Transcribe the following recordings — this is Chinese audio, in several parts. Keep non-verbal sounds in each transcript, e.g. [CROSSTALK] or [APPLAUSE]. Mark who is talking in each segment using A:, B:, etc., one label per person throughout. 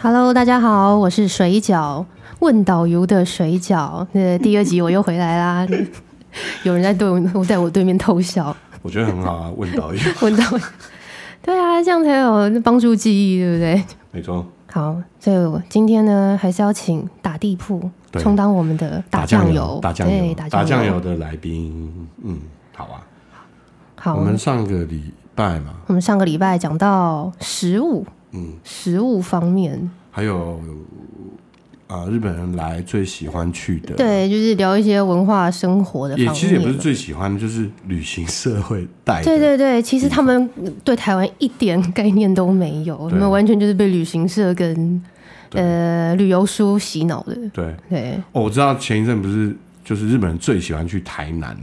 A: Hello，大家好，我是水饺问导游的水饺。呃，第二集我又回来啦， [LAUGHS] 有人在对我在我对面偷笑，
B: 我觉得很好啊，问导
A: [LAUGHS]
B: 演，
A: 问导游。对啊，这样才有帮助记忆，对不对？
B: 没错，
A: 好，所以我今天呢，还是要请打地铺
B: 对
A: 充当我们的酱油，
B: 打酱
A: 对
B: 油，
A: 打
B: 打酱
A: 油。
B: 油的来宾，嗯，好啊。
A: 好，
B: 我们上个礼拜嘛，
A: 我们上个礼拜讲到食物，
B: 嗯，
A: 食物方面，
B: 还有啊、日本人来最喜欢去的，，
A: 对，就是聊一些文化生活的方
B: 也
A: 面。
B: 其实也不是最喜欢，就是旅行社会带的，
A: 对对对，其实他们对台湾一点概念都没有，他们完全就是被旅行社跟
B: 对
A: 呃旅游书洗脑的。
B: 对
A: 对，
B: 哦，我知道前一阵不是就是日本人最喜欢去台南，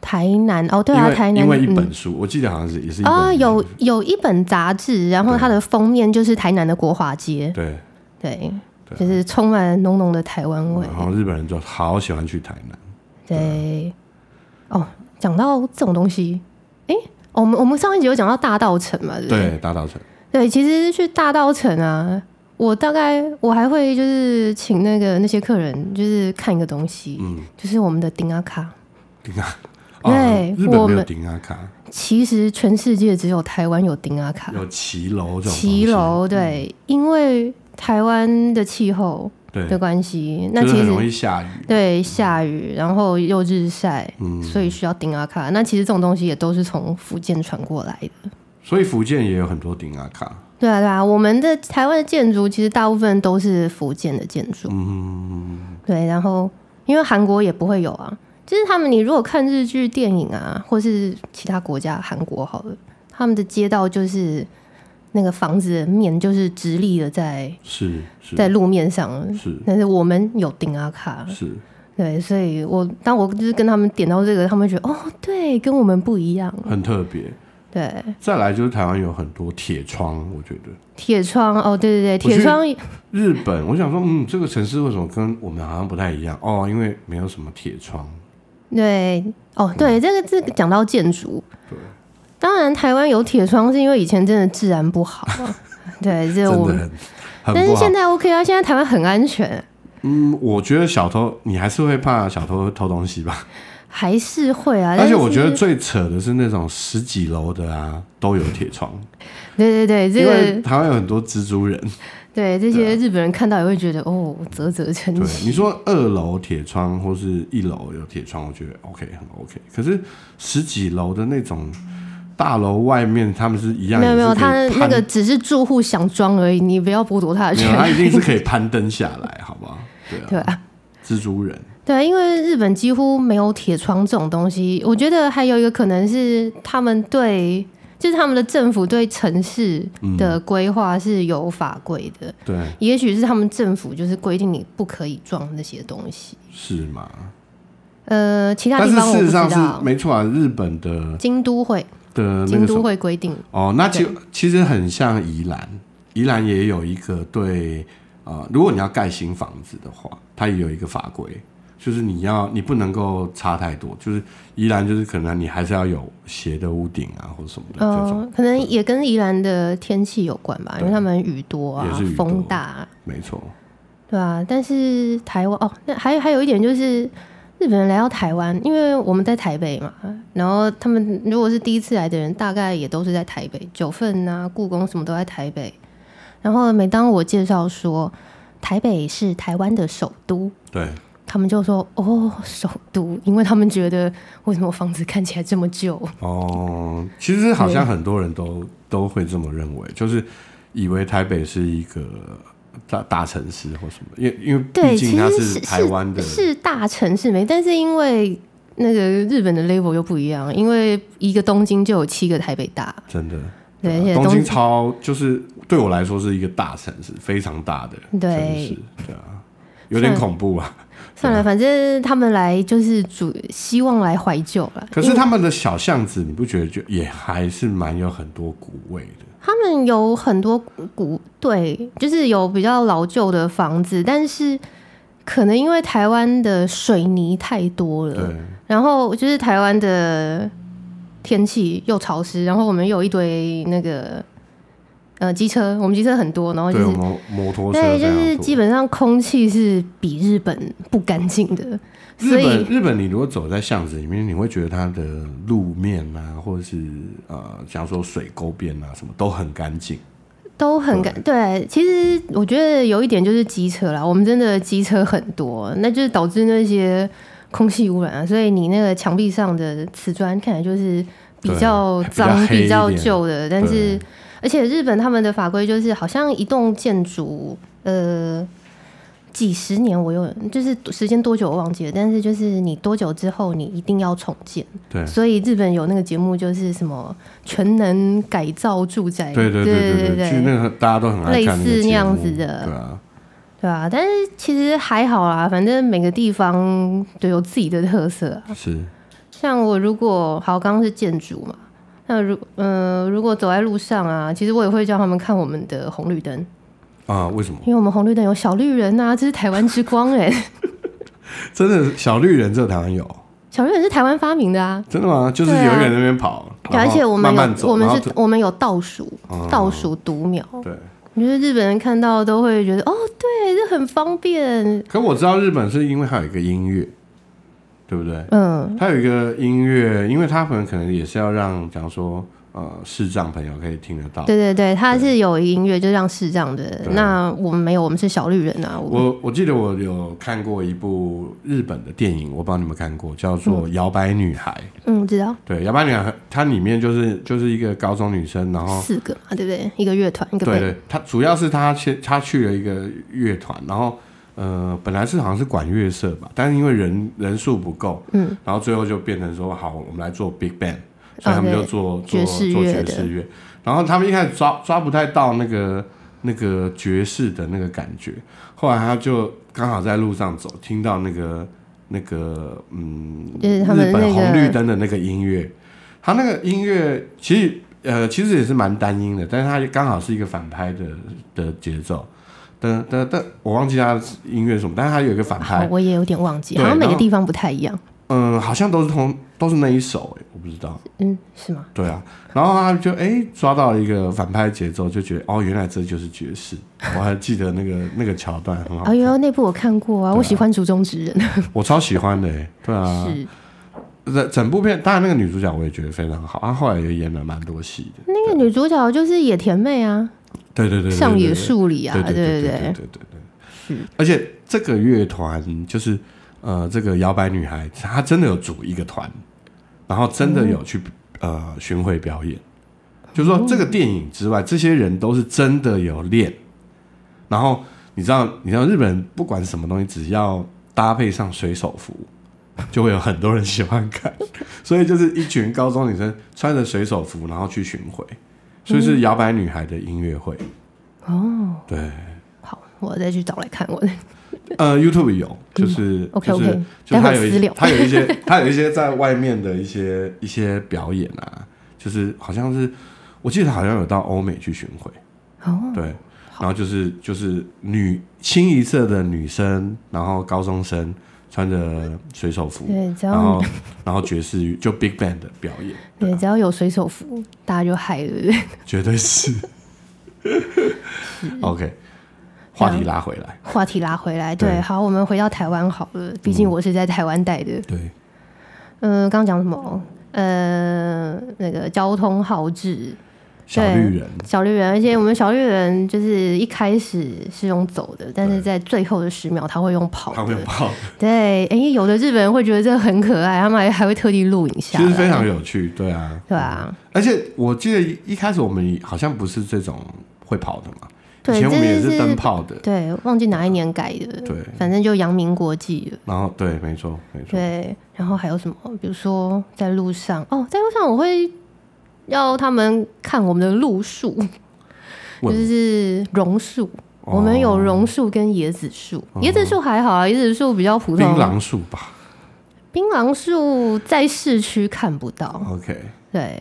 A: 台南哦，对
B: 因
A: 啊，
B: 为
A: 台南
B: 因为一本
A: 嗯
B: 书，我记得好像是也是一本
A: 啊，有有一本杂志，然后
B: 对
A: 它的封面就是台南的国华街，
B: 对，
A: 对，
B: 对啊
A: 就是充满浓浓的台湾味
B: 然。后日本人就好喜欢去台南，
A: 对，哦，讲到这种东西，诶，我们我们上一集有讲到大道城嘛，对不对？
B: 对，大稻城，
A: 对，其实去大稻城啊，我大概我还会就是请那个那些客人就是看一个东西，
B: 嗯，
A: 就是我们的丁阿卡。
B: 丁阿，
A: [LAUGHS] 对
B: 哦日
A: 我
B: 本没有
A: 们啊
B: 丁阿卡。
A: 其实全世界只有台湾有丁阿卡，
B: 有骑楼这种
A: 骑
B: 东嗯
A: 楼对，因为台湾的气候
B: 西，对，
A: 的关系，那
B: 就是
A: 其
B: 很
A: 实
B: 容易下雨，
A: 对下雨，然后又日晒，
B: 嗯，
A: 所以需要丁阿卡。那其实这种东西也都是从福建传过来的。
B: 所以福建也有很多顶阿卡，
A: 对啊，对啊，我们的台湾的建筑其实大部分都是福建的建筑。
B: 嗯，
A: 对，然后因为韩国也不会有啊，就是他们你如果看日剧、电影啊，或是其他国家，韩国好了，他们的街道就是那个房子的面就是直立的在
B: 是是
A: 在路面上，
B: 是
A: 但是我们有顶阿卡，
B: 是，
A: 对，所以我当我就是跟他们点到这个，他们会觉得哦，对，跟我们不一样，
B: 很特别。
A: 嗯对，
B: 再来就是台湾有很多铁窗，我觉得
A: 铁窗哦，对对对，铁
B: 去
A: 窗
B: 日本，我想说，嗯，这个城市为什么跟我们好像不太一样？哦，因为没有什么铁窗，
A: 对，哦，对，这个这个讲到建筑
B: 嗯对，
A: 当然台湾有铁窗是因为以前真的治安不
B: [LAUGHS]
A: 好啊，对，这
B: 真
A: 个我
B: 的
A: 们，
B: 很
A: 但
B: 很
A: 是
B: 不好
A: 现。在 OK 啊，现在台湾很安全，
B: 嗯，我觉得小偷你还是会怕小偷偷东西吧，
A: 还是会啊，
B: 而且
A: 但
B: 我
A: 是
B: 觉得最扯的是那种十几楼的啊，都有铁窗。
A: 对对对，这
B: 因为
A: 个
B: 台湾有很多蜘
A: [LAUGHS]
B: 蛛人。
A: 对这些日本人看到也会觉得哦，啧啧称
B: 对，
A: 奇，
B: 你说二楼铁窗或是一楼有铁窗，我觉得 OK 很 OK。可是十几楼的那种大楼外面，他们是一样，
A: 没有没有，
B: 也是可
A: 他
B: 以
A: 那个
B: 攀
A: 只是住户想装而已，你不要剥夺他的
B: 没有，他
A: 权
B: 一
A: 利，
B: 定是可以攀登下来，好不好？对
A: [LAUGHS]
B: 啊，
A: 对啊。
B: 蜘蛛人
A: 对啊，因为日本几乎没有铁窗这种东西。我觉得还有一个可能是他们对，就是他们的政府对城市
B: 嗯
A: 的规划是有法规的，
B: 对
A: 也许是他们政府就是规定你不可以装那些东西。
B: 是嘛？
A: 呃，其他
B: 但
A: 地
B: 是
A: 方我
B: 事
A: 不
B: 实
A: 知
B: 上
A: 道
B: 是。没错啊，日本的
A: 京都会，
B: 的那
A: 京
B: 个什
A: 都
B: 么
A: 会规定，
B: 哦，那就其实很像宜兰，宜兰也有一个对呃，如果你要盖新房子的话，它也有一个法规，就是你要你不能够差太多，就是宜兰就是可能你还是要有斜的屋顶啊或者什么的
A: 嗯、
B: 这种，
A: 可能也跟宜兰的天气有关吧，因为他们雨多
B: 也
A: 啊
B: 是雨，多
A: 风大、啊，
B: 没错，
A: 对啊，但是台湾哦，那还还有一点就是日本人来到台湾，因为我们在台北嘛，然后他们如果是第一次来的人，大概也都是在台北，九份啊、故宫什么都在台北。然后每当我介绍说台北是台湾的首都，
B: 对，
A: 他们就说哦，首都，因为他们觉得为什么房子看起来这么旧？
B: 哦，其实好像很多人都都会这么认为，就是以为台北是一个大大城市或什么，因为因为
A: 对，
B: 毕
A: 其
B: 竟它
A: 实
B: 是台湾的，
A: 是是大城市没，但是因为那个日本的 level 又不一样，因为一个东京就有七个台北大，
B: 真的。
A: 对，而且
B: 啊东
A: 东
B: 京超就是对我来说是一个大城市，非常大的城
A: 对
B: 市，对啊，有点
A: 算
B: 恐怖啊。
A: 算了，反正他们来就是主希望来怀旧了。
B: 可是他们的小巷子，你不觉得就也还是蛮有很多古味的？
A: 他们有很多古对，就是有比较老旧的房子，但是可能因为台湾的水泥太多了，
B: 对，
A: 然后就是台湾的天气又潮湿，然后我们有一堆那个呃机车，我们机车很多，然后就
B: 对，我
A: 是
B: 们摩托车
A: 对，
B: 非
A: 就
B: 常
A: 是
B: 多
A: 基本上空气是比日本不干净的，
B: 日
A: 所
B: 本
A: 以
B: 日本，你如果走在巷子里面，你会觉得它的路面啊，或者是呃，假如说水沟边啊，什么都很干净。
A: 都很干。对，其实我觉得有一点就是机车啦，我们真的机车很多，那就是导致那些空气污染啊，所以你那个墙壁上的瓷砖看起来就是比
B: 对
A: 较
B: 比较
A: 脏、
B: 黑一
A: 比较
B: 点
A: 旧的，但是
B: 对
A: 而且日本他们的法规就是好像一栋建筑，呃。几十年我有就是时间多久我忘记了，但是就是你多久之后你一定要重建，
B: 对，
A: 所以日本有那个节目，就是什么全能改造住宅，
B: 对对
A: 对
B: 对
A: 对
B: 就是那个大家都很爱看
A: 类
B: 个
A: 似
B: 节
A: 那样
B: 目
A: 子的
B: 对啊，
A: 对啊。但是其实还好啦，反正每个地方都有自己的特色啊。
B: 是
A: 像我如果好，刚刚是建筑嘛，那如呃如果走在路上啊，其实我也会叫他们看我们的红绿灯，
B: 啊，为什么？
A: 因为我们红绿灯有小绿人啊，这是台湾之光哎、
B: [LAUGHS] 真的小绿人这台湾有，
A: 小绿人是台湾发明的啊。
B: 真的吗？就是有
A: 对啊
B: 一个人在那边跑，
A: 对啊
B: 然
A: 而
B: 后
A: 且我们
B: 慢
A: 有，
B: 慢走，
A: 我们
B: 然后
A: 是，我们有倒数，
B: 哦
A: 倒数读秒。
B: 对。
A: 我觉得日本人看到都会觉得，哦，对，这很方便。
B: 可我知道日本是因为它有一个音乐，对不对？
A: 嗯，
B: 它有一个音乐，因为它可能可能也是要让，假如说呃视障朋友可以听得到。
A: 对对对，他是有音乐，就让视障的。
B: 对
A: 那我们没有，我们是小绿人啊。我
B: 我我记得我有看过一部日本的电影，我不知道你们看过，叫做《摇摆女孩》。
A: 嗯，我知道
B: 对，《摇摆女孩》它里面就是就是一个高中女生，然后
A: 四个嘛，对不对？一个乐团，一个
B: 哦对
A: band。
B: 对，她主要是她去她去了一个乐团，然后呃本来是好像是管乐社吧，但是因为人人数不够，
A: 嗯，
B: 然后最后就变成说好，我们来做 big band，所以
A: 哦
B: 他们就
A: 对
B: 做、做
A: 爵士
B: 做
A: 乐
B: 爵
A: 的
B: 士乐，然后他们一开始抓抓不太到那个那个爵士的那个感觉，后来他就刚好在路上走，听到那个那个嗯，
A: 就是他
B: 日
A: 们
B: 本
A: 那
B: 红绿
A: 个
B: 灯的那个音乐，他那个音乐其实呃其实也是蛮单音的，但是它刚好是一个反拍的的节奏。噔噔噔，我忘记它音乐是什么，但是它有一个反
A: 好
B: 拍，，
A: 哦我也有点忘记，
B: 对
A: 好像每
B: 然
A: 个
B: 后
A: 地方不太一样。
B: 嗯，好像都是同都是那一首、欸，我不知道。
A: 嗯，是吗？
B: 对啊，然后他就哎、诶抓到一个反派节奏，就觉得哦，原来这就是爵士。我还记得那个那个桥段很好
A: 哎，呦，那部我看过啊，
B: 哦对啊
A: 我喜欢竹中直人。
B: 我超喜欢的、欸。对啊，
A: 是
B: 整整部片，当然那个女主角我也觉得非常好，她后来也演了蛮多戏的。
A: 那个女主角就是野田妹啊，
B: 对对对对对对
A: 上野树里啊，
B: 对
A: 对
B: 对对对嗯
A: 对
B: 对对对。而且这个乐团就是呃，这个摇摆女孩，她真的有组一个团，然后真的有去、呃巡回表演。就是说，这个电影之外，这些人都是真的有练。然后你知道，你知道日本人不管什么东西，只要搭配上水手服，就会有很多人喜欢看。所以就是一群高中女生穿着水手服，然后去巡回，所以是摇摆女孩的音乐会。
A: 哦，
B: 对，
A: 好，我再去找来看
B: [LAUGHS]
A: 我的。
B: 呃，YouTube 有，就是、
A: OK，
B: 就是
A: OK，
B: 就是它
A: 嗯待会
B: 有
A: 私
B: 一
A: 聊
B: 它有一些它有一些在外面的一些一些表演啊，就是好像是我记得好像有到欧美去巡回，
A: 哦，
B: 对，然后就是就是女清一色的女生，然后高中生穿着水手服，
A: 对，只
B: 然
A: 要
B: 后然后爵士乐就 Big Band 的表演，
A: 对只要有水手服，大家就嗨了，对不对？
B: 绝对
A: [LAUGHS]
B: 是。OK，话题拉回来，
A: 话题拉回来，对，
B: 对嗯
A: 好，我们回到台湾好了，毕竟我是在台湾待的。
B: 对，
A: 嗯、刚刚讲什么？呃，那个交通号志，
B: 小绿人，
A: 小绿人，而且我们小绿人就是一开始是用走的，但是在最后的十秒他会用跑
B: 他
A: 的 [LAUGHS]
B: 会。跑。
A: 对，哎，有的日本人会觉得这很可爱，他们还还会特地录影下
B: 其
A: 来。
B: 实非常有趣，对啊，
A: 对啊，
B: 而且我记得一开始我们好像不是这种会跑的嘛，
A: 对
B: 以前我们也
A: 这
B: 是
A: 是
B: 灯泡的，
A: 对，忘记哪一年改的，
B: 对，
A: 反正就扬名国际了。
B: 然后对，没错，没错，
A: 对，然后还有什么？比如说在路上哦，在路上我会要他们看我们的路数，就
B: 问
A: 是榕树。
B: 哦
A: 我们有榕树跟椰子树，椰子树还好啊，椰子树比较普
B: 槟
A: 通。
B: 榔树吧
A: 槟榔树在市区看不到，
B: ，OK，
A: 对。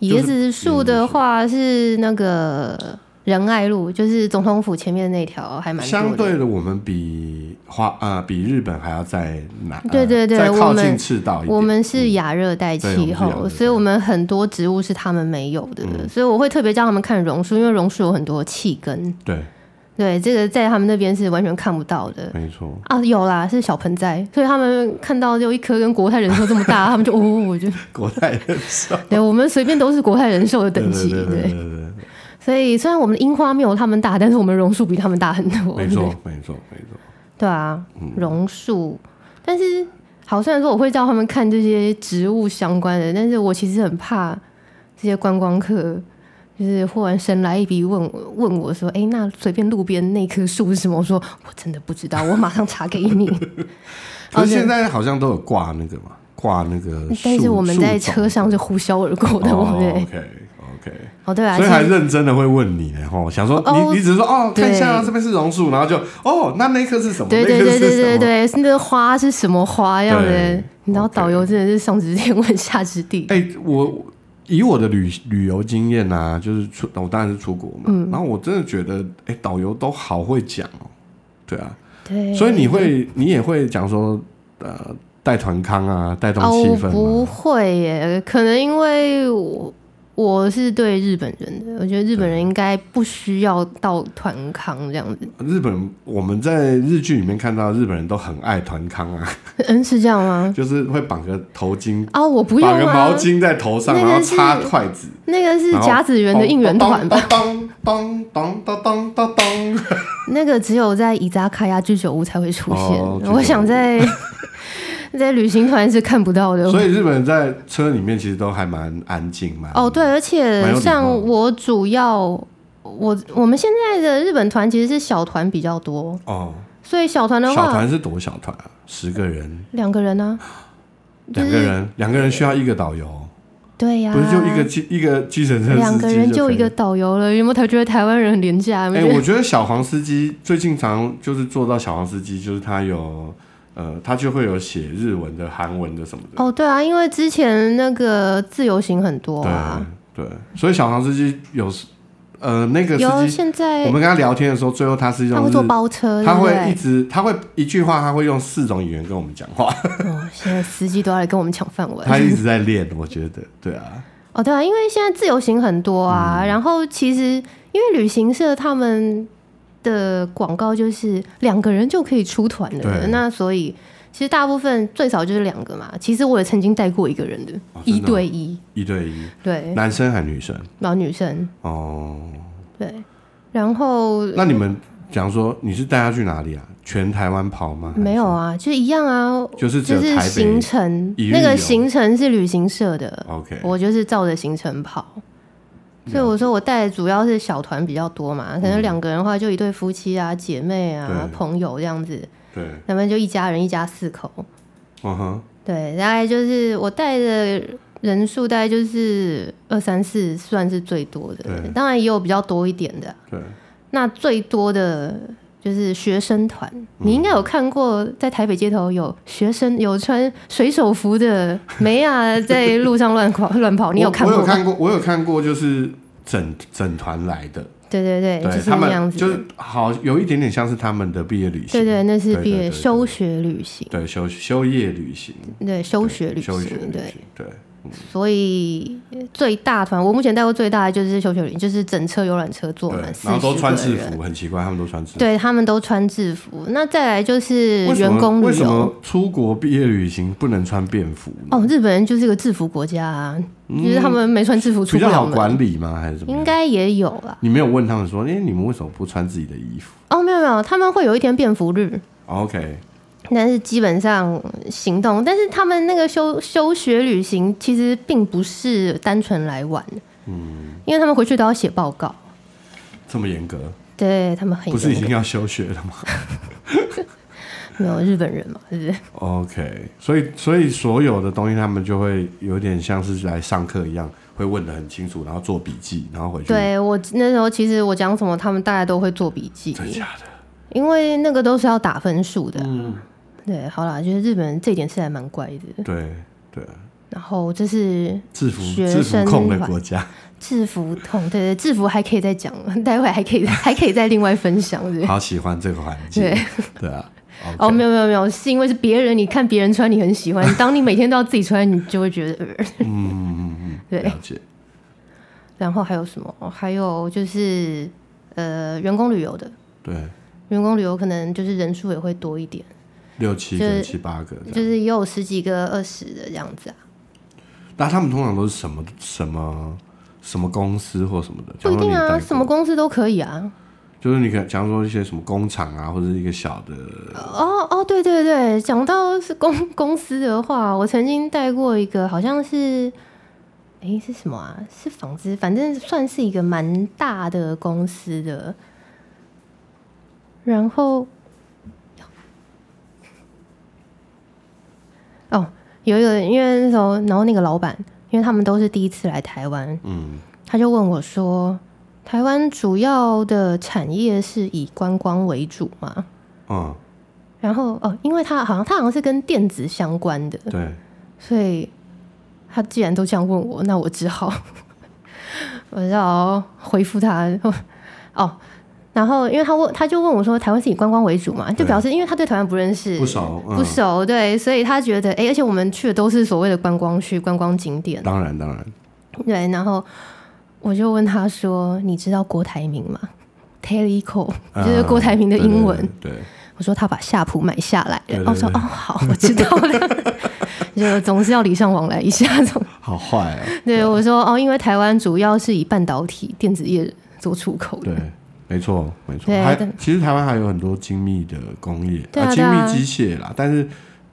B: 就是
A: 椰子树的话是那个仁爱路，就是总统府前面的那条，还蛮多
B: 相
A: 的
B: 对的，我们比华呃比日本还要再南，呃
A: 对对对
B: 再靠
A: 我们
B: 近赤道一点。嗯
A: 我们是亚热带气
B: 对我们是亚热
A: 候，
B: 带嗯
A: 所以我们很多植物是他们没有的，所以我会特别叫他们看榕树，因为榕树有很多气根，
B: 对，
A: 对，这个在他们那边是完全看不到的。
B: 没错。
A: 啊，有啦，是小盆栽，所以他们看到就一棵跟国泰人寿这么
B: [LAUGHS]
A: 大，他们就哦，我就
B: 国泰人寿
A: 对，我们随便都是国泰人寿的
B: 对
A: 等级，
B: 对对对
A: 对。
B: 对对
A: 所以虽然我们的樱花没有他们大，但是我们榕树比他们大很多，
B: 没
A: 对
B: 错没错没错。
A: 对啊，
B: 嗯
A: 榕树。但是好，虽然说我会叫他们看这些植物相关的，但是我其实很怕这些观光客，就是忽然生来一笔问我问我说：“哎、那随便路边那棵树是什么？”我说：“我真的不知道，我马上查给你。
B: 可是
A: 而且
B: 现在好像都有挂那个嘛，挂那个” [LAUGHS] 树。
A: 但是我们在
B: 树种
A: 车上是呼啸而过的，
B: 哦
A: 对
B: OK OK。
A: 哦，对啊，
B: 所以
A: 其实
B: 还认真的会问你呢，吼，想说
A: 哦
B: 你你只是说哦，看一下啊
A: 对
B: 这边是榕树，然后就哦，那那棵是什么？
A: 对对
B: 那棵
A: 对
B: 是
A: 对
B: 什
A: 对
B: 么。
A: 对，那个花是什么花样的
B: 对？
A: 你知道
B: OK
A: 导游真的是上知天 [LAUGHS] 文下知地，
B: 哎、我以我的旅旅游经验啊，就是出我当然是出国嘛，
A: 嗯
B: 然后我真的觉得，哎、导游都好会讲哦、对啊，
A: 对，
B: 所以你会你也会讲说，呃，带团康啊，带动气
A: 哦，
B: 氛、
A: 不
B: 啊，
A: 会耶，可能因为我我是对日本人的，我觉得日本人应该不需要到团康这样子。
B: 日本我们在日剧里面看到日本人都很爱团康啊，
A: 嗯，是这样吗？ [LAUGHS]
B: 就是会绑个头巾，
A: 啊，我不用
B: 绑个毛
A: 啊，
B: 巾在头上，
A: 那
B: 然
A: 个
B: 后
A: 是
B: 插筷子。
A: 那个是
B: 然后
A: 甲子园的应援团吧？
B: 咚咚咚咚咚咚咚咚。
A: [LAUGHS] 那个只有在伊扎卡亚居酒屋才会出现，
B: 哦
A: 我想
B: [LAUGHS]
A: 在在旅行团是看不到的。
B: 所以日本人在车里面其实都还蛮安静嘛。
A: 哦，对，而
B: 蛮
A: 且
B: 有礼
A: 像
B: 貌的
A: 我主要。我我们现在的日本团其实是小团比较多，
B: 哦，
A: 所以小团的
B: 小
A: 话，
B: 团是多小团啊？十个人，
A: 两个人啊呢、就
B: 两
A: 是
B: 个人，两个人需要一个导游，
A: 对呀、
B: 不是就一个计一个计程车司机
A: 两个人
B: 就
A: 就
B: 可以
A: 一个。导游了，有没有觉得台湾人很廉价？有没
B: 哎，
A: 有觉得
B: 我觉得小黄司机最近常就是做到小黄司机，就是他有呃，他就会有写日文的、韩文的什么的。
A: 哦，对啊，因为之前那个自由行很多啊，
B: 对对，所以小黄司机有时呃那个
A: 有
B: 司机，
A: 现
B: 我
A: 在
B: 们跟他聊天的时候，最后他是
A: 他
B: 用
A: 会坐
B: 日
A: 包车，
B: 他
A: 对不
B: 会
A: 对
B: 一直，他会一句话，他会用四种语言跟我们讲话。
A: 哦，现在司机都要来跟我们抢饭碗。
B: [LAUGHS] 他一直在练，我觉得，对啊，
A: 哦，对啊，因为现在自由行很多啊，然后其实因为旅行社他们的广告就是两个人就可以出团的，
B: 对
A: 那所以其实大部分最少就是两个嘛。其实我也曾经带过一个人的，
B: 哦真
A: 一
B: 的哦
A: 对一，
B: 一对一，
A: 对，
B: 男生还女生？
A: 然后女生，
B: 哦，
A: 对，然后
B: 那你们讲说你是带他去哪里啊？全台湾跑吗？
A: 没有啊，就一样啊，
B: 就是只
A: 就
B: 有
A: 是
B: 台北
A: 行程
B: 一日游
A: 那个行程是旅行社的，
B: ，OK，
A: 我就是照着行程跑。所以我说我带的主要是小团比较多嘛，可能两个人的话就一对夫妻啊、姐妹啊、
B: 嗯对
A: 朋友这样子，
B: 对，
A: 咱们就一家人一家四口。
B: 嗯哼，
A: 对，大概就是我带的人数大概就是二三四算是最多的
B: 对，
A: 当然也有比较多一点的啊。
B: 对，
A: 那最多的就是学生团，
B: 嗯
A: 你应该有看过，在台北街头有学生有穿水手服的梅亚在路上乱跑乱跑，哦你有
B: 我
A: 看
B: 我
A: 过
B: 有
A: 吗？
B: 看过，我有看过，就是整整团来的，
A: 对对对，
B: 对
A: 就是
B: 他
A: 那样
B: 们
A: 子，
B: 就是好有一点点像是他们的毕业旅行，
A: 对对，那是毕业
B: 对对对
A: 休学旅行，
B: 对休休业旅行，
A: 对休学旅
B: 对休学
A: 行，
B: 旅
A: 对，
B: 行，对，
A: 所以最大团我目前带过最大的就是休学旅行，就是整车游览车坐
B: 对
A: 满，四
B: 然后都穿
A: 十
B: 制
A: 个人。
B: 服，很奇怪，他们都穿制服。
A: 对他们都穿制服，那再来就是
B: 为什
A: 员
B: 么
A: 工
B: 为
A: 旅
B: 什
A: 游
B: 么出国毕业旅行不能穿便服呢？
A: 哦，日本人就是个制服国家啊，就是他们没穿制服出
B: 嗯比
A: 不
B: 较
A: 了
B: 好
A: 门。
B: 管理吗？还是什么样？
A: 应该也有啦。
B: 你没有问他们说，哎、你们为什么不穿自己的衣服哦
A: 哦，没有没有，他们会有一天便服日，
B: ？OK，
A: 但是基本上行动，但是他们那个休休学旅行其实并不是单纯来玩，嗯，因为他们回去都要写报告，
B: 这么严格，
A: 对他们很
B: 不是已
A: 严格
B: 经要休学了吗
A: 没有日本人嘛，是不是？
B: ？OK，所以所以所有的东西他们就会有点像是来上课一样，会问的很清楚，然后做笔记，然后回去。，
A: 对我那时候其实我讲什么，他们大家都会做笔记，
B: 真假的？
A: 因为那个都是要打分数的啊、
B: 嗯，
A: 对，好啦，就是日本人这一点是还蛮怪的。
B: 对对，啊
A: 然后这是
B: 制服
A: 学
B: 制服
A: 生
B: 控的
A: 团
B: 国家。
A: 制服痛，对对，制服还可以再讲， [LAUGHS] 待会还可以还可以再另外分享，对。
B: 好喜欢这个环境，对
A: 对
B: 啊。
A: 哦，没
B: 有，
A: 有没有没有，是因为是别人，你看别人穿你很喜欢，
B: [LAUGHS]
A: 当你每天都要自己穿，你就会觉得。呃、
B: 嗯嗯嗯嗯，
A: [LAUGHS] 对
B: 了解。
A: 然后还有什么？哦还有就是呃，员工旅游的，
B: 对，
A: 员工旅游可能就是人数也会多一点，
B: 六七
A: 就
B: 个、
A: 是
B: 七八个这
A: 就
B: 样。
A: 是也有十几个、二十的这样子啊，
B: 那他们通常都是什么什么什么公司或什么的？
A: 不一定
B: 假如说
A: 啊，
B: 你带
A: 什么公司都可以啊。
B: 就是你可假如说一些什么工厂啊，或者是一个小的，
A: 哦哦，对对对，讲到是公 [LAUGHS] 公司的话，我曾经带过一个，好像是，诶，是什么啊？是纺织，反正算是一个蛮大的公司的。然后，哦，有一个，因为那时候，然后那个老板，因为他们都是第一次来台湾，
B: 嗯，
A: 他就问我说：“台湾主要的产业是以观光为主吗？”
B: 嗯，
A: 然后哦，因为他好像他好像是跟电子相关的，
B: 对，
A: 所以他既然都这样问我，那我只好 [LAUGHS] 我只好回复他哦。然后因为他问他就问我说，台湾是以观光为主嘛，就
B: 对
A: 表示因为他对台湾不认识，
B: 不熟，嗯
A: 不熟，对，所以他觉得哎，而且我们去的都是所谓的观光区、观光景点，
B: 当然当然，
A: 对。然后我就问他说，你知道郭台铭吗？Teleco 就是
B: 嗯
A: 郭台铭的英文。，
B: 对对
A: 我说他把夏普买下来
B: 对
A: 了我
B: 对，
A: 说
B: 对
A: 哦好，我知道
B: [LAUGHS]
A: 了，就总是要礼尚往来一下。总
B: 对好坏啊，
A: [LAUGHS] 对我说哦，因为台湾主要是以半导体电子业做出口的，
B: 对，没错，没错。
A: 对
B: 还
A: 但
B: 其实台湾还有很多精密的工业，
A: 对啊
B: 精
A: 对啊
B: 密机械啦，但是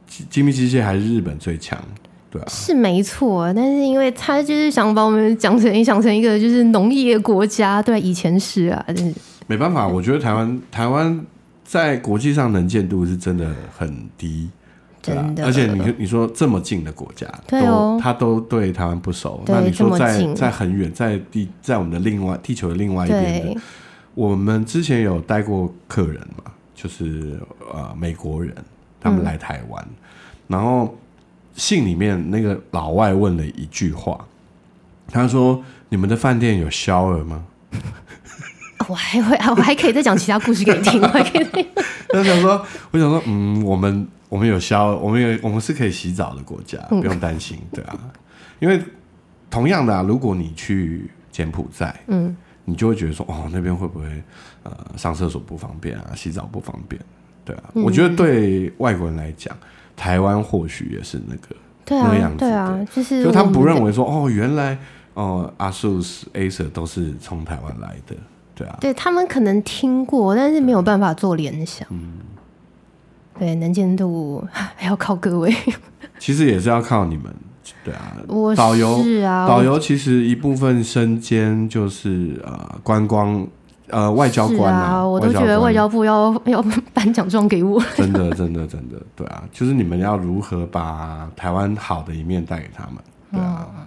B: 精精密机械还是日本最强，对啊，
A: 是没错。但是因为他就是想把我们讲成想成一个就是农业国家，对，以前是啊，就是
B: 没办法，我觉得台湾台湾在国际上能见度是真的很低。对啊
A: 真，的
B: 而且你你说这么近的国家，
A: 对哦
B: 都他都对台湾不熟。
A: 对
B: 那你说
A: 这么
B: 在
A: 近
B: 在很远，在地在我们的另外地球的另外一边的
A: 对，
B: 我们之前有带过客人嘛，就是呃美国人，他
A: 嗯
B: 们来台湾，然后信里面那个老外问了一句话，他说：“你们的饭店有 shower 吗
A: 哦我还会啊，我还可以再讲其他故事给你听，我还可以再。？”
B: 他想说， [LAUGHS] 我想说，嗯，我们我们有 shower，我们有我们是可以洗澡的国家，
A: 嗯
B: 不用担心，对啊，因为同样的、啊，如果你去柬埔寨，
A: 嗯，
B: 你就会觉得说，哦，那边会不会呃上厕所不方便啊，洗澡不方便，对啊。
A: 嗯
B: 我觉得对外国人来讲，台湾或许也是那个，
A: 对
B: [LAUGHS] 那
A: 啊
B: 样，子
A: 对啊，就是
B: 就他们
A: 我
B: 不
A: 们
B: 认为说，哦，原来哦阿素斯 Acer 都是从台湾来的，对啊，
A: 对他们可能听过，但是没有办法做联想。
B: 嗯
A: 对，能见度 [LAUGHS] 还要靠各位。
B: 其实也是要靠你们，对啊，
A: 我
B: 导游
A: 是啊，
B: 导游其实一部分身兼就是呃观光呃外交
A: 是
B: 官
A: 啊，我都
B: 外交
A: 觉得
B: 官
A: 外交部要要颁奖状给我。
B: 真的，真的，真的，对啊，就是你们要如何把台湾好的一面带给他们，对啊。
A: 嗯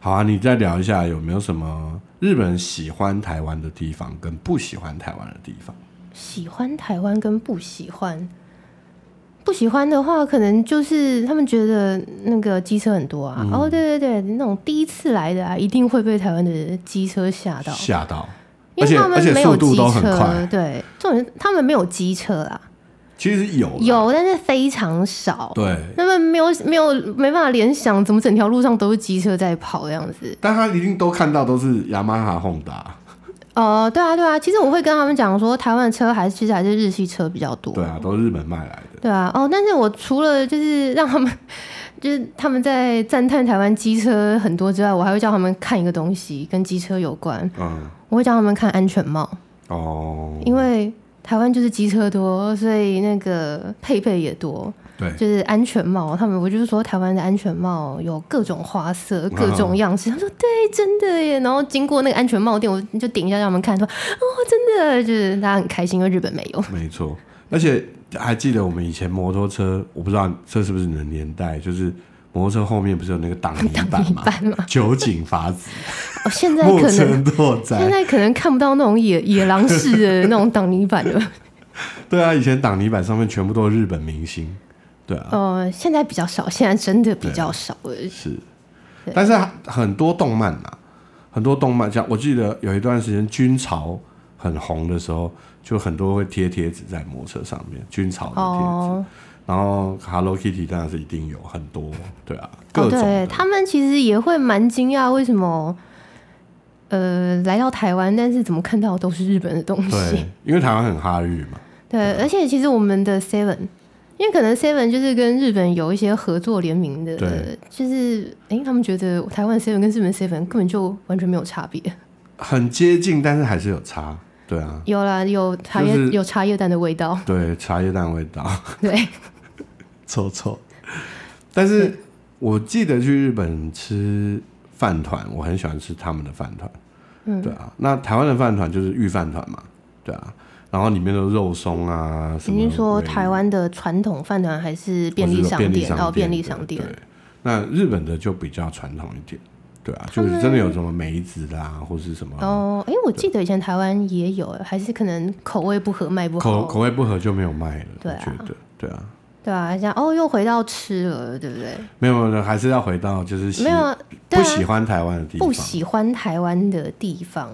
B: 好啊，你再聊一下有没有什么日本人喜欢台湾的地方，跟不喜欢台湾的地方？
A: 喜欢台湾跟不喜欢，不喜欢的话，可能就是他们觉得那个机车很多啊。
B: 嗯
A: 哦，对对对，那种第一次来的啊，一定会被台湾的机车吓到，
B: 吓到，
A: 因为
B: 而且
A: 他们
B: 而且
A: 没有
B: 速度
A: 机
B: 都很快
A: 车。对，重点是他们没有机车啊，
B: 其实有啦，
A: 有，但是非常少。
B: 对，
A: 他们没有没有没办法联想，怎么整条路上都是机车在跑这样子？
B: 但他一定都看到都是雅马哈、宏达，
A: 哦、对啊，对啊。其实我会跟他们讲说，台湾的车还是其实还是日系车比较多。
B: 对啊，都是日本卖来的。
A: 对啊，哦，但是我除了就是让他们， [LAUGHS] 就是他们在赞叹台湾机车很多之外，我还会叫他们看一个东西跟机车有关，
B: 嗯，
A: 我会叫他们看安全帽，
B: 哦，
A: 因为台湾就是机车多，所以那个配备也多。
B: 对，
A: 就是安全帽，他们我就是说台湾的安全帽有各种花色、各种样式。他说对，真的耶。然后经过那个安全帽店，我就顶一下让他们看，说哦，真的，就是大家很开心，因为日本没有。
B: 没错，而且还记得我们以前摩托车，我不知道这是不是你的年代，就是摩托车后面不是有那个挡泥
A: [LAUGHS]
B: 板嘛？ [LAUGHS] 酒井法子，
A: 哦，现在
B: 莫
A: 可
B: 车
A: [LAUGHS] 能
B: 拓
A: 现
B: 哉。
A: 在可能看不到那种野野狼式
B: [LAUGHS]
A: 的那种挡泥板了。
B: 对啊，以前挡泥板上面全部都是日本明星，对啊，
A: 呃，现在比较少，现在真的比较少了。
B: 是
A: 对，
B: 但是很多动漫啊，很多动漫，像我记得有一段时间军潮很红的时候，就很多会贴贴纸在摩托车上面，军潮的贴纸。
A: 哦，
B: 然后 Hello Kitty 当然是一定有很多，对啊，
A: 哦，
B: 各种
A: 对
B: 的，
A: 他们其实也会蛮惊讶，为什么呃来到台湾，但是怎么看到都是日本的东西
B: 对？，因为台湾很哈日嘛，
A: 对，而且其实我们的 Seven，因为可能 Seven 就是跟日本有一些合作联名的
B: 对，
A: 就是诶，他们觉得台湾 Seven 跟日本 Seven 根本就完全没有差别。 [LAUGHS]
B: 很接近，但是还是有差，对啊，
A: 有啦，有茶叶、
B: 就是
A: 有茶叶蛋的味
B: [LAUGHS]
A: 道，
B: 对，茶叶蛋味道。 [LAUGHS]
A: 对，
B: 臭臭。但是我记得去日本吃饭团，我很喜欢吃他们的饭团。嗯，对啊，那台湾的饭团就是御饭团嘛，对啊，然后里面的肉松啊什么。
A: 你是说台湾的传统饭团还是便利商
B: 店？便利
A: 店？
B: 商
A: 哦，便利
B: 的
A: 商店
B: 对，，那日本的就比较传统一点，对啊，
A: 他
B: 就
A: 们
B: 是真的有什么梅子啦，或是什么。
A: 哦，哎，我记得以前台湾也有，还是可能口味不合，卖不
B: 口
A: 好，
B: 口味不合就没有卖了，
A: 对啊
B: 我觉得，对啊，
A: 对啊，像哦，又回到吃了，对不对？
B: 没有没有没有，还是要回到就是喜
A: 没有，对
B: 不
A: 啊，
B: 喜欢台湾的地方，
A: 不喜欢台湾的地方，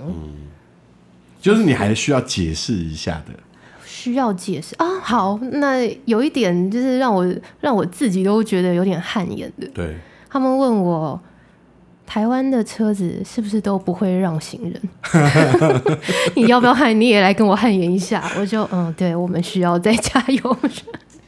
B: 就是你还需要解释一下的，
A: 需要解释啊。好，那有一点就是让我让我自己都觉得有点汗颜的，
B: 对，
A: 他们问我。台湾的车子是不是都不会让行人？ [LAUGHS] 你要不要汗？你也来跟我汗颜一下。我就嗯，对，我们需要再加油。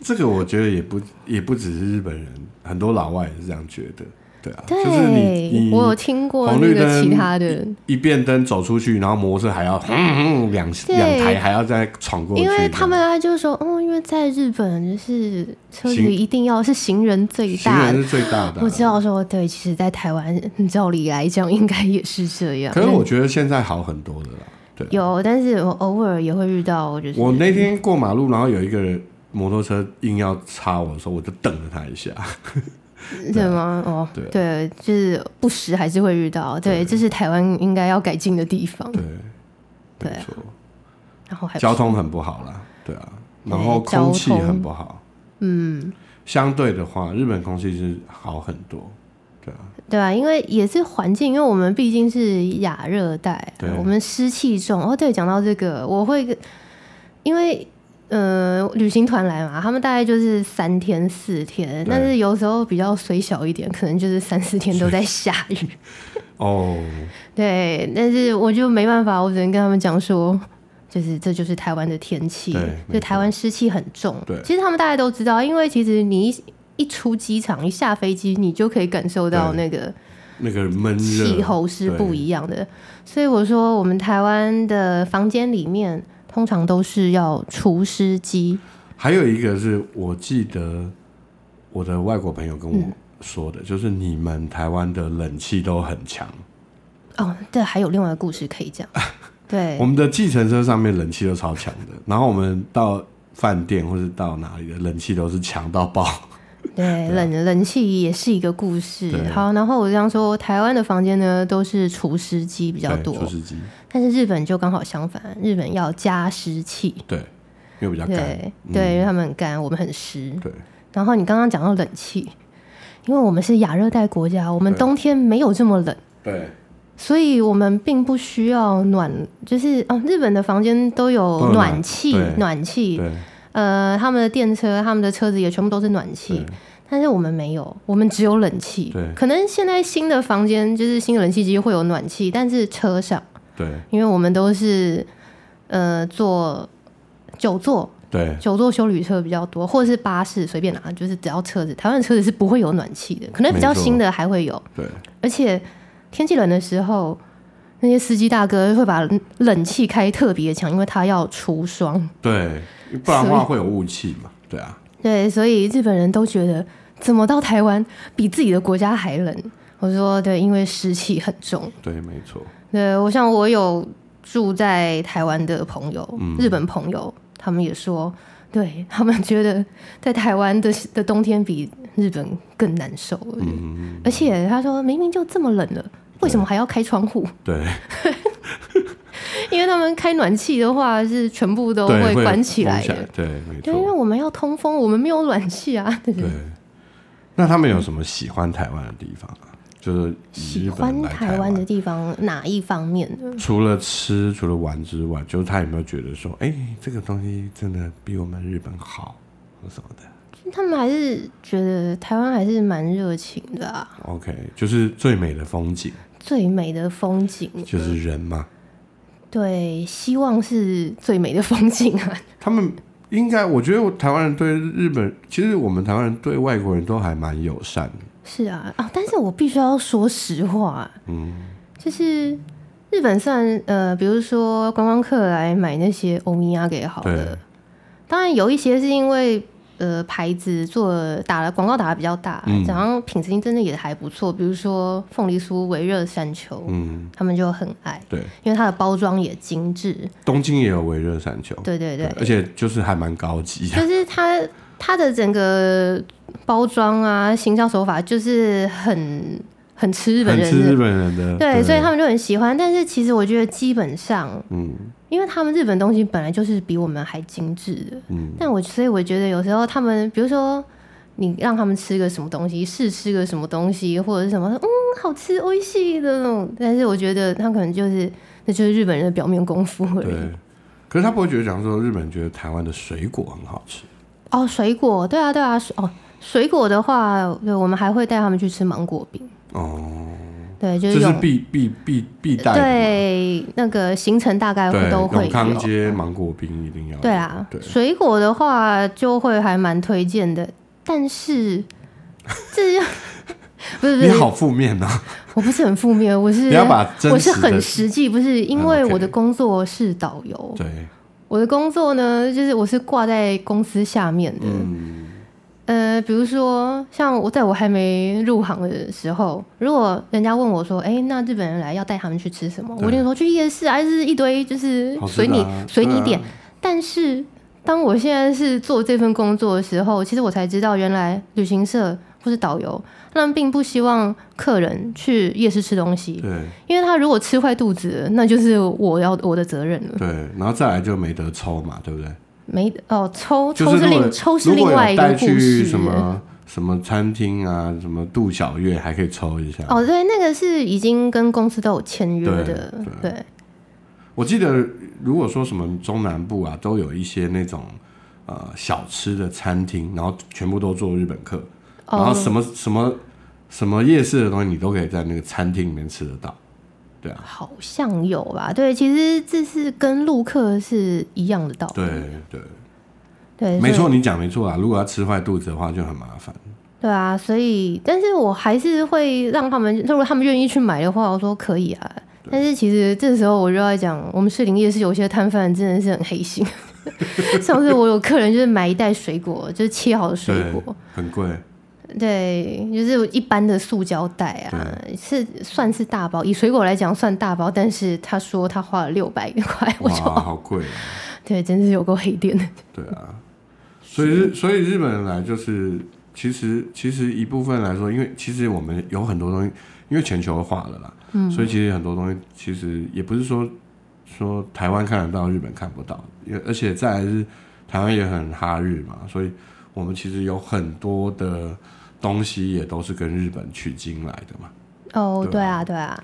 B: 这个我觉得也不也不只是日本人，很多老外也是这样觉得，对啊，
A: 对，
B: 就是你
A: 我有
B: 你
A: 听过
B: 红
A: 那
B: 绿
A: 个
B: 灯
A: 其他的，
B: 一变灯走出去，然后摩托车还要轰轰两
A: 对
B: 两台还要再闯过去，
A: 因为他们啊就是说，哦，因为在日本就是车子
B: 行
A: 一定要是行人最
B: 行
A: 大
B: 人
A: 的。
B: 是最大的啊、
A: 我知道说，对，其实，在台湾嗯照理来讲应该也是这样。嗯
B: 可是我觉得现在好很多了啦，对啊。
A: 有，但是我偶尔也会遇到，我就是
B: 我那天过马路，然后有一个人摩托车硬要插我的时候，我就瞪了他一下。
A: 什么哦，
B: 对
A: 对，就是不时还是会遇到。对，
B: 对
A: 这是台湾应该要改进的地方。
B: 对，
A: 嗯对
B: 没
A: 啊
B: 错，
A: 然后还有
B: 交通很不好啦，对啊，然后
A: 对交
B: 空气
A: 通
B: 很不好，
A: 嗯，
B: 相对的话，日本空气是好很多，对啊，
A: 对啊，因为也是环境，因为我们毕竟是亚热带啊
B: 对，
A: 我们湿气重。哦，对，讲到这个，我会跟因为呃，旅行团来嘛，他们大概就是三天四天，
B: 对
A: 但是有时候比较虽小一点，可能就是三四天都在下雨。 [LAUGHS]
B: 哦，
A: 对，但是我就没办法，我只能跟他们讲说。就是这就是台湾的天气
B: 对，
A: 就
B: 没错
A: 台湾湿气很重。
B: 对
A: 其实他们大家都知道，因为其实你一一出机场，一下飞机，你就可以感受到
B: 对
A: 那个
B: 那个闷热
A: 气候是不
B: 对
A: 一样的。所以我说，我们台湾的房间里面通常都是要除湿机，
B: 还有一个是我记得我的外国朋友跟
A: 嗯
B: 我说的，就是你们台湾的冷气都很强，
A: 哦，对，还有另外一个故事可以
B: [LAUGHS]
A: 讲。对
B: 我，们的计程车上面冷气都超强的，然后我们到饭店或是到哪里的冷气都是强到爆，
A: 对，冷冷气也是一个故事。
B: 啊对
A: 好，然后我这样说，台湾的房间呢都是除湿机比
B: 比
A: 较多，
B: 除湿机，
A: 但是日本就刚好相反，日本要加湿器。
B: 对，因为比较干，嗯
A: 对对，因为他们很干，我们很湿。
B: 对，
A: 然后你刚刚讲到冷气，因为我们是亚热带国家，我们
B: 对
A: 冬天没有这么冷。
B: 对，
A: 所以我们并不需要暖，就是哦，日本的房间都
B: 都
A: 有
B: 有暖
A: 暖气，
B: 对
A: 暖气，
B: 对，
A: 呃，他们的电车、他们的车子也全部都是暖气
B: 对，
A: 但是我们没有，我们只有冷气
B: 对。
A: 可能现在新的房间就是新的冷气机会有暖气，但是车上，
B: 对，
A: 因为我们都是呃坐久坐，
B: 对，
A: 久坐修旅车比较多，或者是巴士随便拿，就是只要车子，台湾的车子是不会有暖气的，可能比较
B: 没错
A: 新的还会有。
B: 对，
A: 而且天气冷的时候，那些司机大哥会把冷气开特别强，因为他要除霜。
B: 对，不然的
A: 所
B: 话
A: 以
B: 会有雾气嘛，对啊，
A: 对，所以日本人都觉得怎么到台湾比自己的国家还冷。我说对，因为湿气很重。
B: 对，没错，
A: 对我像我有住在台湾的朋友，日本朋友，他们也说，对他们觉得在台湾的的冬天比日本更难受。
B: 嗯，
A: 而且他说明明就这么冷了，为什么还要开窗户？
B: 对，
A: 因因为他们开暖气的话是全部都
B: 对，会
A: 关起来
B: 封
A: 的。
B: 对，没
A: 对，因啊为
B: 错，
A: 我们要通风，我们没有暖气
B: [LAUGHS]
A: 啊。对
B: 对。那他们有什么喜欢台湾的地方啊？就是以
A: 喜
B: 日本
A: 欢
B: 来
A: 台湾
B: 湾
A: 的，地方哪一方面呢？
B: 除了吃、除了玩之外，就是他有没有觉得说，哎、这个东西真的比我们日本好，或什么的
A: 他们还是觉得台湾还是蛮热情的啊，
B: ？OK，就是最美的风景
A: 最美的风景，
B: 就是人嘛。
A: 对，希望是最美的风景啊。 [LAUGHS]
B: 他们应该，我觉得我台湾人对日本，其实我们台湾人对外国人都还蛮友善的。
A: 是啊，啊，但是我必须要说实话，啊
B: 嗯，
A: 就是日本算呃，比如说观光客来买那些欧米亚给好
B: 对
A: 了，当然有一些是因为呃牌子做了打了广告打的比较大，
B: 嗯
A: 然后品质真的也还不错，比如说凤梨酥微热山丘，
B: 嗯，
A: 他们就很爱，
B: 对，
A: 因为它的包装也精致，
B: 东京也有围热山丘，
A: 对对对，
B: 哦而且就是还蛮高级啊的。
A: 就是它它的整个包装啊，行销手法就是很很吃日本
B: 很
A: 人
B: 吃
A: 的
B: 日本人的，
A: 对，所以他们就很喜欢。但是其实我觉得基本上，
B: 嗯
A: 因为他们日本东西本来就是比我们还精致的，
B: 嗯，
A: 但我所以我觉得有时候他们，比如说你让他们吃个什么东西，试吃个什么东西，或者是什么，嗯，好吃，欧系的那种。但是我觉得他可能就是那就是日本人的表面功夫而已。
B: 对。可是他不会觉得讲说日本人觉得台湾的水果很好吃，
A: 哦，水果，对啊，对啊，水哦，水果的话，对，我们还会带他们去吃芒果冰。
B: 哦，
A: 对，就
B: 这
A: 是
B: 是
A: 永
B: 必必必必带的嘛。
A: 对那个行程大概会
B: 对，
A: 都会
B: 永康
A: 有。
B: 街芒果冰一定要有。
A: 对啊，
B: 对，
A: 水果的话就会还蛮推荐的，但
B: [LAUGHS]
A: 是这样不是不
B: 你
A: 是，
B: 好负面啊！
A: 我不是很负面，我是
B: 你要把真
A: 我是
B: 实的
A: 很实际，不是因为
B: 嗯，OK
A: 我的工作是导游，
B: 对，
A: 我的工作呢就是我是挂在公司下面的，
B: 嗯，
A: 呃，比如说像我在我还没入行的时候，如果人家问我说，哎、那日本人来要带他们去吃什么，
B: 对
A: 我一定说去夜市，还是一堆就是
B: 好吃
A: 嗯随
B: 的
A: 你
B: 啊
A: 随
B: 对
A: 你
B: 啊
A: 点。但是当我现在是做这份工作的时候，其实我才知道，原来旅行社或是导游，他们并不希望客人去夜市吃东西，
B: 对。
A: 因为他如果吃坏肚子了，那就是我要我的责任了。
B: 对，然后再来就没得抽嘛，对不对？
A: 没哦，抽
B: 就
A: 抽
B: 是
A: 是
B: 如果
A: 另抽是
B: 如果
A: 另
B: 有
A: 外一个
B: 带
A: 故
B: 去
A: 事。
B: 什么什么餐厅啊，什么杜小月还可以抽一下。
A: 哦，对，那个是已经跟公司都有签约
B: 对
A: 的，
B: 对
A: 对，
B: 我记得如果说什么中南部啊，都有一些那种呃小吃的餐厅，然后全部都做日本客，然后
A: 哦，
B: 什么、什么什么夜市的东西，你都可以在那个餐厅里面吃得到。对啊，
A: 好像有吧？对，其实这是跟陆客是一样的道理，
B: 对对，
A: 对，
B: 没
A: 所以
B: 错，你讲没错啊。如果要吃坏肚子的话，就很麻烦。
A: 对啊，所以，但是我还是会让他们，如果他们愿意去买的话，我说可以啊。但是其实这时候我就要讲，我们士林夜市有些摊贩真的是很黑心。 [LAUGHS] 上次我有客人就是买一袋水果，就是切好的水
B: 对
A: 果，，
B: 很贵。
A: 对，就是一般的塑胶袋啊，是算是大包，以水果来讲算大包，但是他说他花了六百块， [LAUGHS] 我
B: 哇
A: 就，
B: 好贵、啊。
A: 对，真是有够黑店的。
B: 对啊， [LAUGHS] 所以日所以日本人来就是，其实其实一部分来说，因为其实我们有很多东西，因为全球化了啦，嗯，所以其实很多东西其实也不是说说台湾看得到，日本看不到，也而且再来是台湾也很哈日嘛，所以我们其实有很多的东西也都是跟日本取经来的嘛。
A: 哦，
B: 对
A: 对啊，对啊，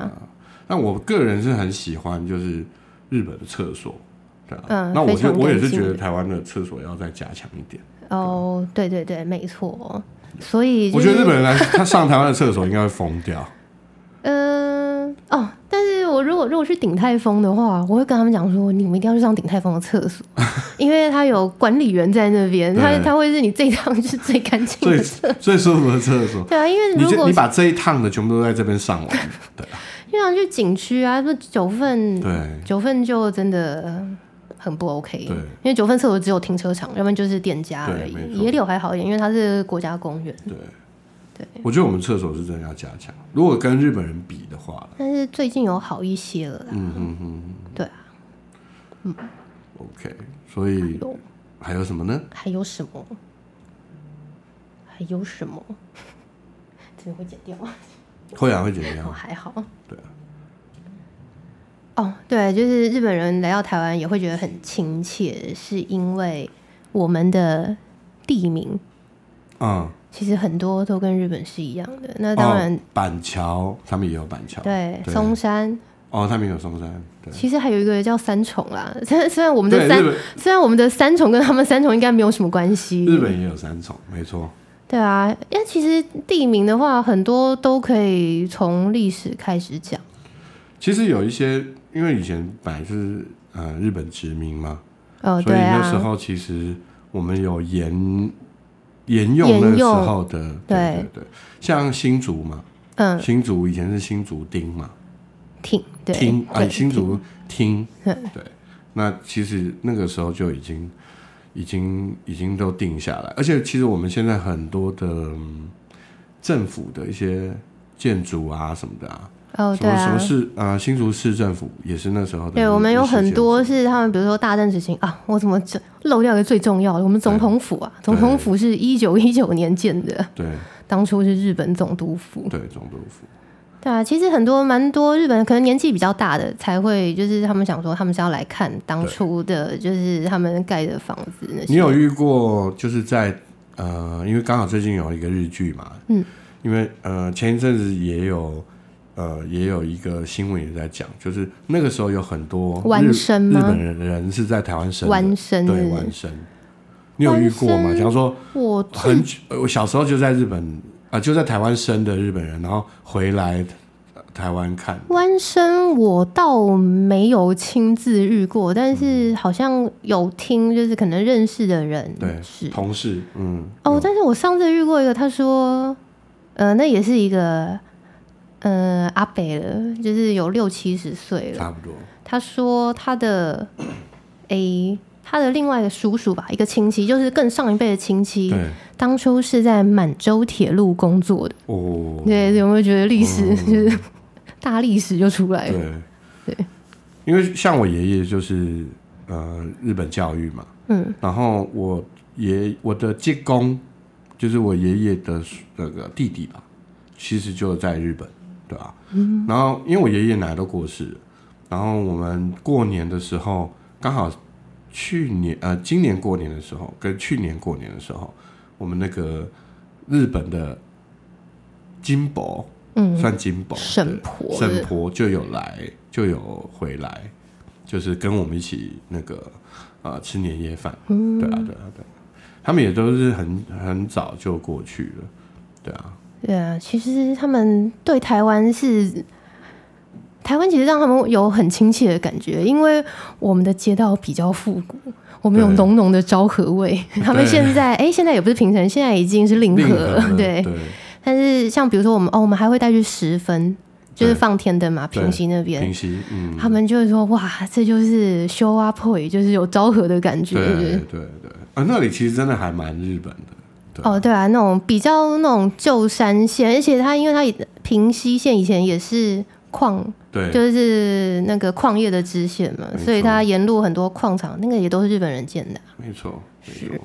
B: 那我个人是很喜欢就是日本的厕所。对啊，
A: 嗯
B: 那我
A: 非
B: 就
A: 常
B: 我也是
A: 干净
B: 觉得台湾的厕所要再加强一点。
A: 哦，对对对，没错。所以、就
B: 啊我
A: 是，
B: 觉得日本人来，他上台湾的厕所应该会疯
A: [LAUGHS]
B: 掉。
A: 嗯、哦，但是我如果如果去鼎泰丰的话，我会跟他们讲说，你们一定要去上鼎泰丰的厕
B: [LAUGHS]
A: 所，因为他有管理员在那边，他
B: 对
A: 他会是你这一趟就是最干净
B: 最
A: 的厕所。
B: 最舒服的厕所，
A: 对啊，因为
B: 你
A: 如
B: 这
A: 果
B: 你
A: 是
B: 把这一趟的全部都在这边上完，
A: [LAUGHS]
B: 对啊
A: 因为要去景区啊，不九份
B: 对
A: 九份就真的很不 OK，
B: 对
A: 因为九份厕所只有停车场，要不然就是店家
B: 对
A: 而已
B: 没。错
A: 野柳还好一点，因为它是国家公园。
B: 对
A: 对。
B: 我觉得我们厕所是真的要加强，如果跟日本人比的话，
A: 但是最近有好一些了啦，
B: 嗯嗯嗯
A: 对啊，
B: ，OK。所以
A: 有
B: 还有什么呢？
A: 还有什么？还有什么？这个会剪掉吗？
B: 会啊，会剪掉
A: 哦，。还好。
B: 对啊，
A: 哦，对，就是日本人来到台湾也会觉得很亲切，是因为我们的地名
B: 嗯，
A: 其实很多都跟日本是一样的。那当然
B: 哦，板桥他们也有板桥，
A: 对
B: 对
A: 松山，
B: 哦，他们也有松山，对，
A: 其实还有一个叫三重啦。 [LAUGHS] 虽然虽然我们的
B: 对，
A: 三
B: 日，本
A: 虽然我们的三重跟他们三重应该没有什么关系。
B: 日本也有三重，没错，
A: 对啊，因为其实地名的话，很多都可以从历史开始讲。
B: 其实有一些，因为以前本来就是呃日本殖民嘛，
A: 哦，
B: 所
A: 对
B: 以那时
A: 啊，
B: 候其实我们有沿沿用
A: 沿
B: 那时
A: 用
B: 候的，对
A: 对
B: 对对，像新竹嘛，
A: 嗯，
B: 新竹以前是新竹町嘛，
A: 挺对，
B: 町啊
A: 对
B: 新竹町，
A: 对
B: 对，那其实那个时候就已经已经已经都定下来，而且其实我们现在很多的、嗯政府的一些建筑啊什么的啊，
A: 哦，
B: 什
A: 对
B: 么什
A: 啊
B: 么，市呃新竹市政府也是那时候的，
A: 对我们有很多。是他们，比如说大政执行啊，我怎么这漏掉一个最重要的？我们总统府啊，总统府是一九一九年建的，
B: 对
A: 当初是日本总督府。
B: 对，总督府
A: 对啊，其实很多蛮多日本人可能年纪比较大的才会，就是他们想说他们是要来看当初的，就是他们盖的房子那些。
B: 你有遇过就是在呃，因为刚好最近有一个日剧嘛，
A: 嗯，
B: 因为呃前一阵子也有呃也有一个新闻也在讲，就是那个时候有很多
A: 弯
B: 日
A: 身
B: 日
A: 吗
B: 本人人是在台湾生的
A: 弯身
B: 对
A: 是不是
B: 弯身，你有遇过
A: 弯
B: 吗？
A: 身
B: 假如说
A: 我自
B: 很久，呃我小时候就在日本啊、就在台湾生的日本人，然后回来呃台湾看，
A: 弯身我倒没有亲自遇过，但是好像有听，就是可能认识的人
B: 对，
A: 是
B: 同事，嗯，
A: 哦
B: 有，
A: 但是我上次遇过一个，他说，呃，那也是一个呃阿北了，就是有六七十岁了。
B: 差不多，
A: 他说他的诶、他的另外一个叔叔吧，一个亲戚，就是更上一辈的亲戚，
B: 对，
A: 当初是在满洲铁路工作的。
B: 哦，嗯
A: 对，有没有觉得历史、就是大历史就出来了？
B: 对
A: 对，
B: 因为像我爷爷就是呃日本教育嘛，
A: 嗯，
B: 然后我爷我的舅公就是我爷爷的那个弟弟吧，其实就在日本，对吧、嗯，然后因为我爷爷奶奶都过世了，然后我们过年的时候刚好去年呃今年过年的时候跟去年过年的时候，我们那个日本的金箔。
A: 嗯
B: 算金箔，
A: 神
B: 对
A: 婆的
B: 神婆就有来，就有回来，就是跟我们一起那个呃吃年夜饭，
A: 嗯
B: 对啊对啊对啊，他们也都是很很早就过去了，对啊，
A: 对啊，其实他们对台湾是。台湾其实让他们有很亲切的感觉，因为我们的街道比较复古，我们有
B: 对
A: 浓浓的昭和味。他们现
B: [LAUGHS]
A: 在，哎、现在也不是平城，现在已经是令
B: 令
A: 和
B: 和
A: 了，
B: 了
A: 对。
B: 对
A: 但是像比如说我们哦，我们还会带去十分，就是
B: 对
A: 放天灯嘛，
B: 对
A: 平溪那边
B: 平，息，嗯，
A: 他们就会说哇，这就是修啊 poi，就是有昭和的感觉。
B: 对对对啊，那里其实真的还蛮日本的，对
A: 哦，对啊，那种比较那种旧山线，而且它因为它以平溪线以前也是矿，
B: 对
A: 就是那个矿业的支线嘛
B: 没，错
A: 所以它沿路很多矿场，那个也都是日本人建的。
B: 没错没错，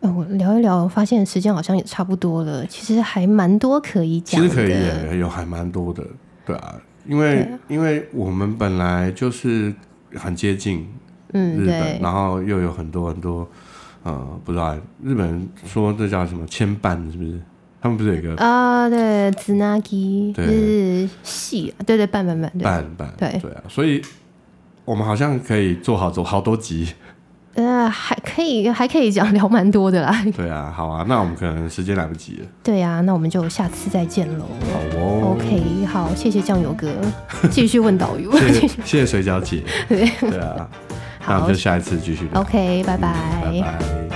A: 哦，我聊一聊，发现时间好像也差不多了，其实还蛮多可以
B: 其
A: 讲
B: 实
A: 的。
B: 可以耶有还蛮多的，对啊，因为
A: 对啊
B: 因为我们本来就是很接近，
A: 嗯，
B: 日本，
A: 对，
B: 然后又有很多很多，呃，不知道日本人说这叫什么牵绊，是不是？他们不是有一个
A: 啊，对，紫那基就
B: 对
A: 是戏，对对，半半半，对，
B: 绊绊？
A: 对
B: 对啊，所以我们好像可以做好做好多
A: [LAUGHS]
B: 集，
A: 呃，还可以，还可以讲聊 [LAUGHS] 蛮多的啦。
B: 对啊，好啊，那我们可能时间来不及了，
A: 对啊，那我们就下次再见喽。
B: 好哦
A: OK，好，谢谢酱油 [LAUGHS] 哥，继续问导游。
B: 谢谢谢谢水饺姐，
A: [LAUGHS] 对
B: 对啊，那
A: [LAUGHS]
B: 我
A: 好
B: 们就下一次继续聊，嗯
A: ，OK，拜
B: 拜拜。